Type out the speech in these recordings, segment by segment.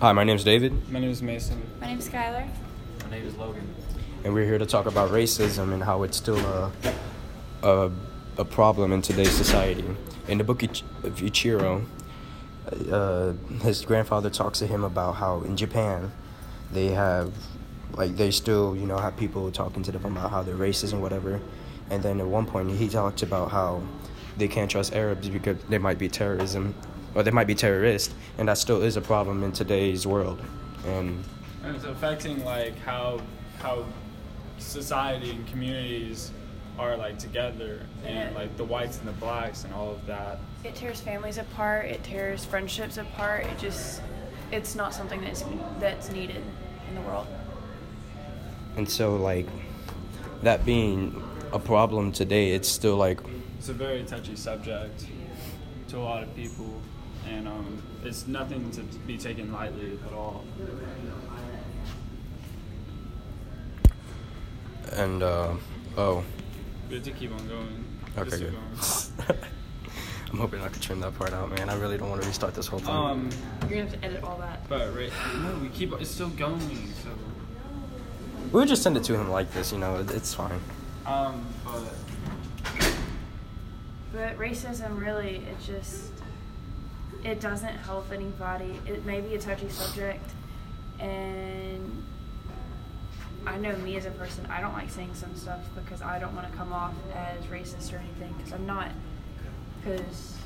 Hi, my name's David, My name is Mason. My name's Skylar. My name is Logan. and we're here to talk about racism and how it's still a, a, a problem in today's society. In the book Ich- of Ichiro, uh, his grandfather talks to him about how in Japan, they have, like, they still, you know, have people talking to them about how they're racist and whatever. And then at one point, he talks about how they can't trust Arabs because they might be terrorism, or they might be terrorists, and that still is a problem in today's world. And And it's affecting like how how society and communities are like together and Yeah. like the whites and the blacks and all of that. It tears families apart. It tears friendships apart. It just, it's not something that's that's needed in the world. And so, like, that being a problem today, it's still like, It's a very touchy subject to a lot of people and um, it's nothing to be taken lightly at all. and, uh, oh, We have to keep on going. okay, Just keep good. I'm hoping I can trim that part out, man. I really don't want to restart this whole thing. going. Um You're gonna have to edit all that. but right no, we keep it's still going, so we'll just send it to him like this, you know, it, it's fine. um but But racism really, it just, it doesn't help anybody. It may be a touchy subject, and I know me as a person, I don't like saying some stuff because I don't want to come off as racist or anything because I'm not. Because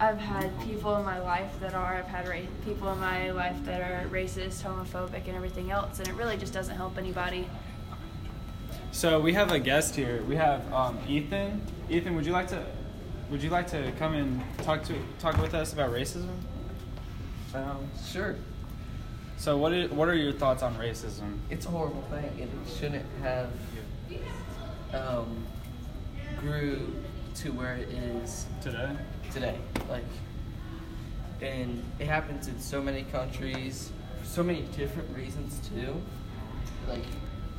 I've had people in my life that are, I've had ra- people in my life that are racist, homophobic, and everything else, and it really just doesn't help anybody. So we have a guest here. We have um, Ethan. Ethan, would you like to would you like to come and talk to talk with us about racism? Um, Sure. so what is, what are your thoughts on racism? It's a horrible thing, and it shouldn't have um, grew to where it is Today? today. Like, and it happens in so many countries, for so many different reasons too. Like,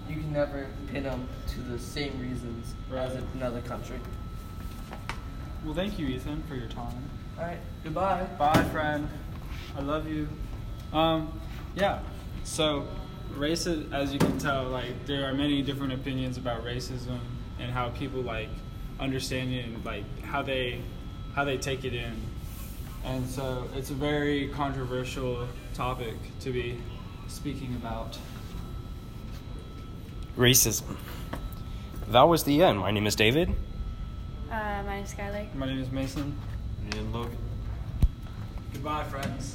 you can never pin them to the same reasons as Right. another country. Well, thank you, Ethan, for your time. All right. Goodbye. Bye, friend. I love you. Um, yeah. So, racism, as you can tell, like there are many different opinions about racism and how people like understand it and like how they how they take it in. And so, it's a very controversial topic to be speaking about. Racism. That was the end. My name is David. Uh, my name's Skylar. My name is Mason. And Logan. Goodbye, friends.